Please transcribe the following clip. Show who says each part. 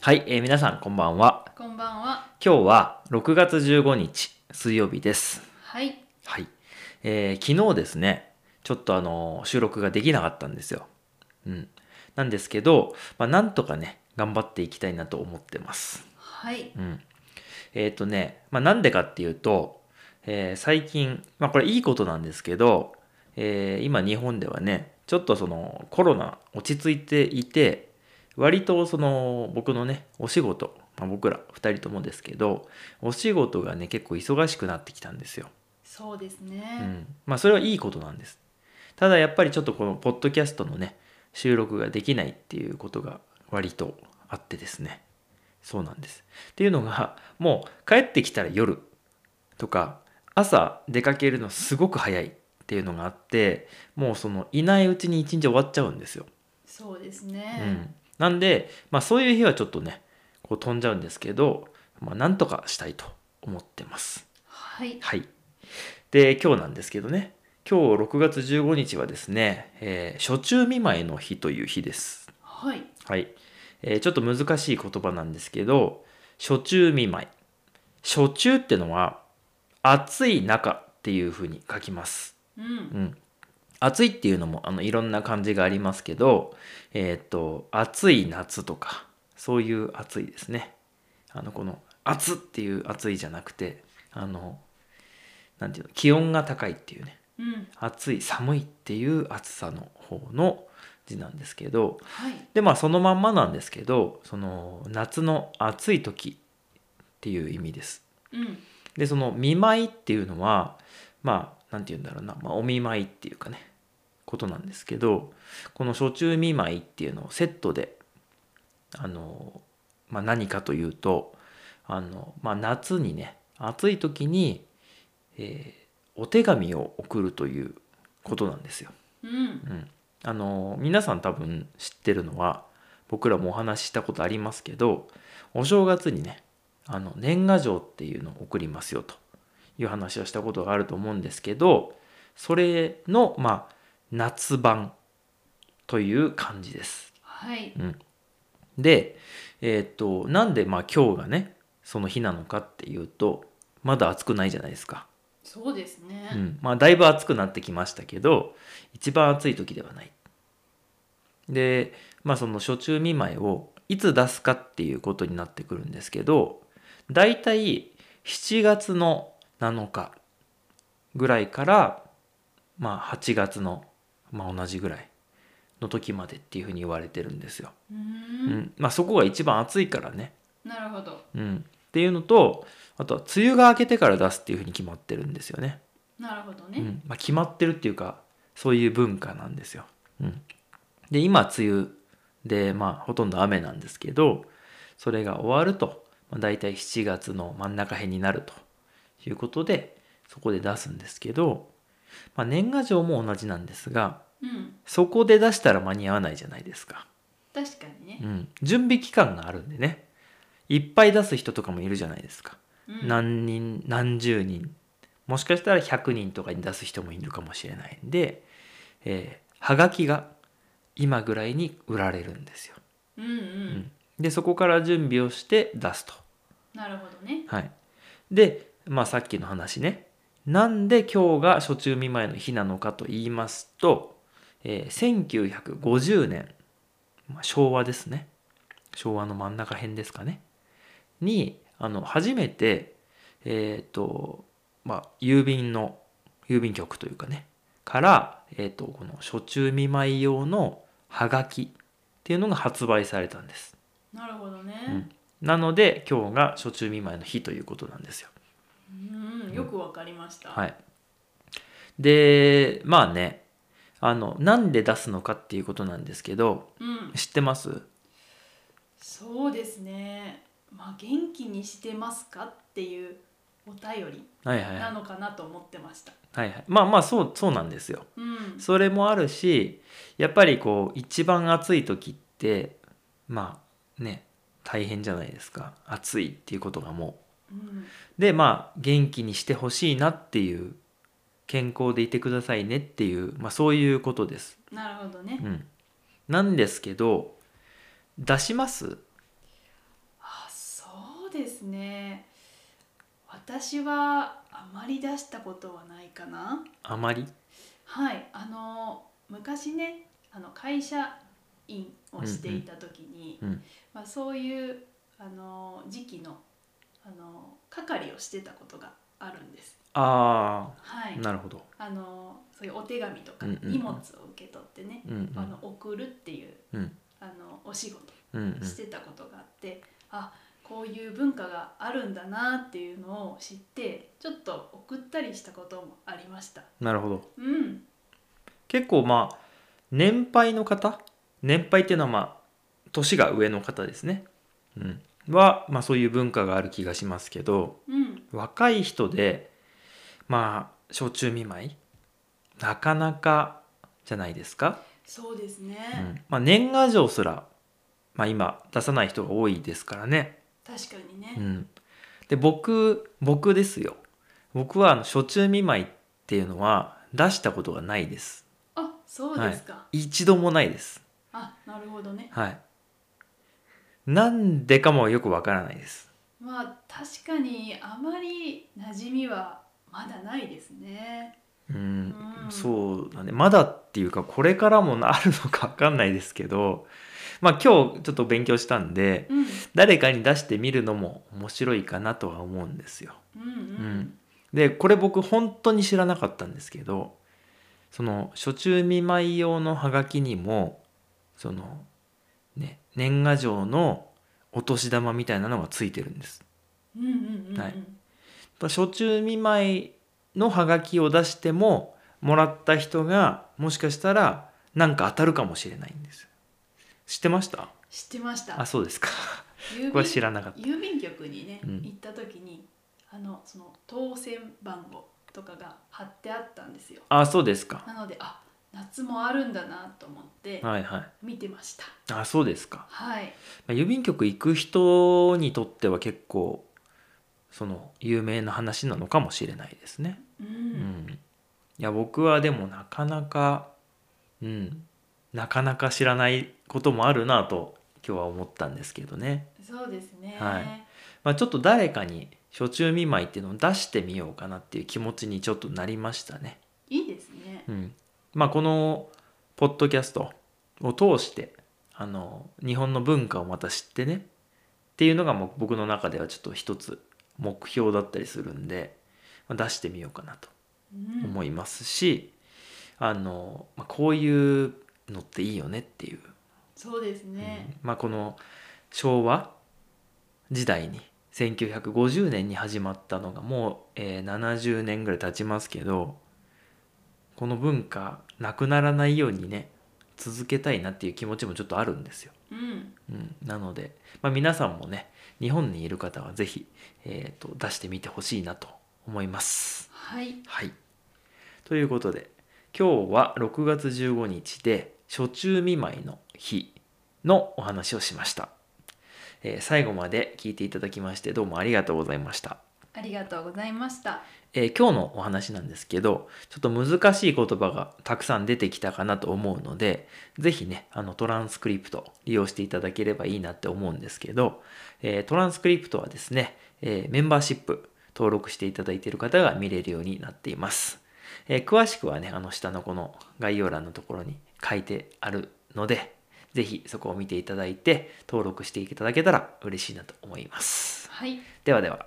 Speaker 1: はい、えー皆さんこんばんは。
Speaker 2: こんばんは。
Speaker 1: 今日は6月15日水曜日です。
Speaker 2: はい。
Speaker 1: はい。えー昨日ですね、ちょっとあの収録ができなかったんですよ。うん。なんですけど、まあ、なんとかね、頑張っていきたいなと思ってます。
Speaker 2: はい。
Speaker 1: うん。えっ、とね、まあ、なんでかっていうと、えー最近、まあ、これいいことなんですけど、えー今日本ではね、ちょっとそのコロナ落ち着いていて、割とその僕のね、お仕事、まあ、僕ら2人ともですけど、お仕事がね、結構忙しくなってきたんですよ。
Speaker 2: そうです
Speaker 1: う
Speaker 2: ね。
Speaker 1: ん、まあそれはいいことなんですただやっぱりちょっとこのポッドキャストのね収録ができないっていうことが割とあってですねそうなんですっていうのがもう帰ってきたら夜とか朝出かけるのすごく早いっていうのがあってもうそのいないうちに一日終わっちゃうんですよ、
Speaker 2: そうです
Speaker 1: う
Speaker 2: ね。
Speaker 1: ん、なんでまあそういう日はちょっとねこう飛んじゃうんですけど、まあ、なんとかしたいと思ってます
Speaker 2: はい。
Speaker 1: はい。で、今日なんですけどね、今日6月15日はですね、えー、初中見舞いの日という日です。
Speaker 2: はい。
Speaker 1: はい。えーちょっと難しい言葉なんですけど、初中見舞い。初中ってのは、暑い中っていうふうに書きます。
Speaker 2: う。
Speaker 1: うんん。暑いっていうのもあのいろんな漢字がありますけど、えーっと、暑い夏とか、そういう暑いですね。あの、この、暑っていう暑いじゃなくて、あの、なんていうの、気温が高いっていうね、
Speaker 2: うん。
Speaker 1: 暑い、寒いっていう暑さの方の字なんですけど、
Speaker 2: はい。
Speaker 1: で、まあそのまんまなんですけど、その、夏の暑い時っていう意味です。
Speaker 2: うん。
Speaker 1: でその見舞いっていうのはまあなんて言うんだろうな、まあ、お見舞いっていうかねことなんですけどこの初中見舞いっていうのをセットであの、まあ、何かというとあの、まあ、夏にね暑い時に、えーお手紙を送るということなんですよ。
Speaker 2: うん。
Speaker 1: うん、あの皆さん多分知ってるのは僕らもお話ししたことありますけどお正月にねあの年賀状っていうのを送りますよという話をしたことがあると思うんですけどそれのまあ夏版という感じです。
Speaker 2: はい。
Speaker 1: うん、で、えーっとなんでまあ今日がねその日なのかっていうとまだ暑くないじゃないですか。
Speaker 2: そうです
Speaker 1: う
Speaker 2: ね。
Speaker 1: ん、まあだいぶ暑くなってきましたけど一番暑い時ではない。でまあその初中見舞いをいつ出すかっていうことになってくるんですけど大体7月の7日ぐらいから、まあ、8月の、まあ、同じぐらいの時までっていうふうに言われてるんですよ。
Speaker 2: う。
Speaker 1: うんんまあ、そこが一番暑いからね、
Speaker 2: なるほど。
Speaker 1: うん。っていうのとあとは梅雨が明けてから出すっていうふうに決まってるんですよね。
Speaker 2: なるほど
Speaker 1: う
Speaker 2: ね。
Speaker 1: んまあ、決まってるっていうかそういう文化なんですよ。うん、で今梅雨で、まあ、ほとんど雨なんですけどそれが終わると、まあ、大体7月の真ん中辺になるということでそこで出すんですけど、まあ、年賀状も同じなんですが
Speaker 2: うん。
Speaker 1: そこで出したら間に合わないじゃないですか。
Speaker 2: 確か
Speaker 1: う
Speaker 2: にね。
Speaker 1: ん、準備期間があるんでねいっぱい出す人とかもいるじゃないですか。
Speaker 2: うん。
Speaker 1: 何人何十人もしかしたら100人とかに出す人もいるかもしれないんで、えー、はがきが今ぐらいに売られるんですよ。
Speaker 2: うんうん。
Speaker 1: でそこから準備をして出すと。
Speaker 2: なるほどね。
Speaker 1: はい、で、まあ、さっきの話ねなんで今日が初中見舞いの日なのかと言いますと、えー1950年、まあ、昭和ですね昭和の真ん中辺ですかねにあの初めてえっ、とまあ郵便の郵便局というかねから、えー、とこの初中見舞い用のハガキっていうのが発売されたんです。
Speaker 2: なるほど
Speaker 1: うん
Speaker 2: ね。
Speaker 1: なので今日が初中見舞いの日ということなんですよ。
Speaker 2: うん。よくわかりました。
Speaker 1: はい、でまあねあのなんで出すのかっていうことなんですけど
Speaker 2: うん。
Speaker 1: 知ってます
Speaker 2: そうですね。まあ元気にしてますかっていうお便り
Speaker 1: はいはい
Speaker 2: な
Speaker 1: はい
Speaker 2: のかなと思ってました。
Speaker 1: はいまあまあそうそうなんですよ。
Speaker 2: うん。
Speaker 1: それもあるしやっぱりこう一番暑い時ってまあね大変じゃないですか暑いっていうことがもう
Speaker 2: うん。
Speaker 1: でまあ元気にしてほしいなっていう健康でいてくださいねっていう、まあ、そういうことです。
Speaker 2: なるほどね
Speaker 1: う。ん、なんですけど出します
Speaker 2: ですね私はあまり出したことはないかな
Speaker 1: あまり
Speaker 2: はいあの昔ねあの会社員をしていた時に、
Speaker 1: うんうんうん
Speaker 2: まあ、そういうあの時期のあの係をしてたことがあるんです。
Speaker 1: あ
Speaker 2: は
Speaker 1: あ
Speaker 2: い、
Speaker 1: なるほど
Speaker 2: あのそういうお手紙とか
Speaker 1: うんうんうん
Speaker 2: 荷物を受け取ってね、
Speaker 1: うんうん
Speaker 2: あの送るっていう
Speaker 1: うん
Speaker 2: あのお仕事
Speaker 1: うんうん
Speaker 2: してたことがあって、あこういう文化があるんだなっていうのを知ってちょっと送ったりしたこともありました。
Speaker 1: なるほど
Speaker 2: うん、
Speaker 1: 結構まあ年配の方年配っていうのはまあ年が上の方ですね、うん、は、まあ、そういう文化がある気がしますけど
Speaker 2: うん、
Speaker 1: 若い人でまあ焼酎見舞いなかなかじゃないですか、
Speaker 2: そうですね。
Speaker 1: うんまあ、年賀状すら、まあ、今出さない人が多いですからね、
Speaker 2: 確かに
Speaker 1: う
Speaker 2: ね、
Speaker 1: ん、で僕僕ですよ僕はあの焼酎見舞いっていうのは出したことがないです
Speaker 2: あそうですか、
Speaker 1: 一度もないです
Speaker 2: あなるほどね
Speaker 1: はい。なんでかもよくわからないです。
Speaker 2: まあ確かにあまり馴染みはまだないですね
Speaker 1: うん、
Speaker 2: うん
Speaker 1: そうだね。まだっていうか、これからもなあるのかわかんないですけど、まあ今日ちょっと勉強したんで、
Speaker 2: うん
Speaker 1: 誰かに出してみるのも面白いかなとは思うんですよ。
Speaker 2: うん
Speaker 1: うんで、これ僕本当に知らなかったんですけど、その、初中見舞い用のハガキにも、その、ね、年賀状のお年玉みたいなのがついてるんです。
Speaker 2: うんうんうんうん
Speaker 1: はい初中見舞いのハガキを出してももらった人がもしかしたらなんか当たるかもしれないんです知ってました
Speaker 2: 知ってました
Speaker 1: あそうですか
Speaker 2: 郵
Speaker 1: 僕は知
Speaker 2: 便
Speaker 1: らなかった
Speaker 2: 郵便局にね、
Speaker 1: うん
Speaker 2: 行った時にあのその当選番号とかが貼ってあったんですよ
Speaker 1: あそうですか
Speaker 2: なのであ夏もあるんだなと思って
Speaker 1: はいはい
Speaker 2: 見てました
Speaker 1: あそうですか、
Speaker 2: はい
Speaker 1: まあ、郵便局行く人にとっては結構その有名な話なのかもしれないですね
Speaker 2: うん、
Speaker 1: うんいや僕はでもなかなかうんなかなか知らないこともあるなと今日は思ったんですけどね
Speaker 2: そうですね、
Speaker 1: はいまあ、ちょっと誰かに初中見舞いっていうのを出してみようかなっていう気持ちにちょっとなりましたね。
Speaker 2: い、いですね
Speaker 1: うんまあ、このポッドキャストを通してあの日本の文化をまた知ってねっていうのがもう僕の中ではちょっと一つ目標だったりするんで、まあ出してみようかなと
Speaker 2: うん
Speaker 1: 思いますし、あのまあ、こういうのっていいよねっていう
Speaker 2: そうですね、
Speaker 1: まあ、この昭和時代に1950年に始まったのがもう、えー70年ぐらい経ちますけどこの文化なくならないようにね続けたいなっていう気持ちもちょっとあるんですよ。
Speaker 2: うん
Speaker 1: うん、なので、まあ、皆さんもね日本にいる方は是非、えーと出してみてほしいなと思います。
Speaker 2: はい、
Speaker 1: はい。ということで、今日は6月15日で、初中見舞いの日のお話をしました。えー最後まで聞いていただきまして、どうもありがとうございました。
Speaker 2: ありがとうございました。
Speaker 1: えー今日のお話なんですけど、ちょっと難しい言葉がたくさん出てきたかなと思うので、ぜひね、あのトランスクリプト利用していただければいいなって思うんですけど、えートランスクリプトはですね、えーメンバーシップ登録していただいている方が見れるようになっています。えー詳しくはね、あの下のこの概要欄のところに書いてあるので、ぜひそこを見ていただいて、登録していただけたら嬉しいなと思います。
Speaker 2: はい、
Speaker 1: ではでは。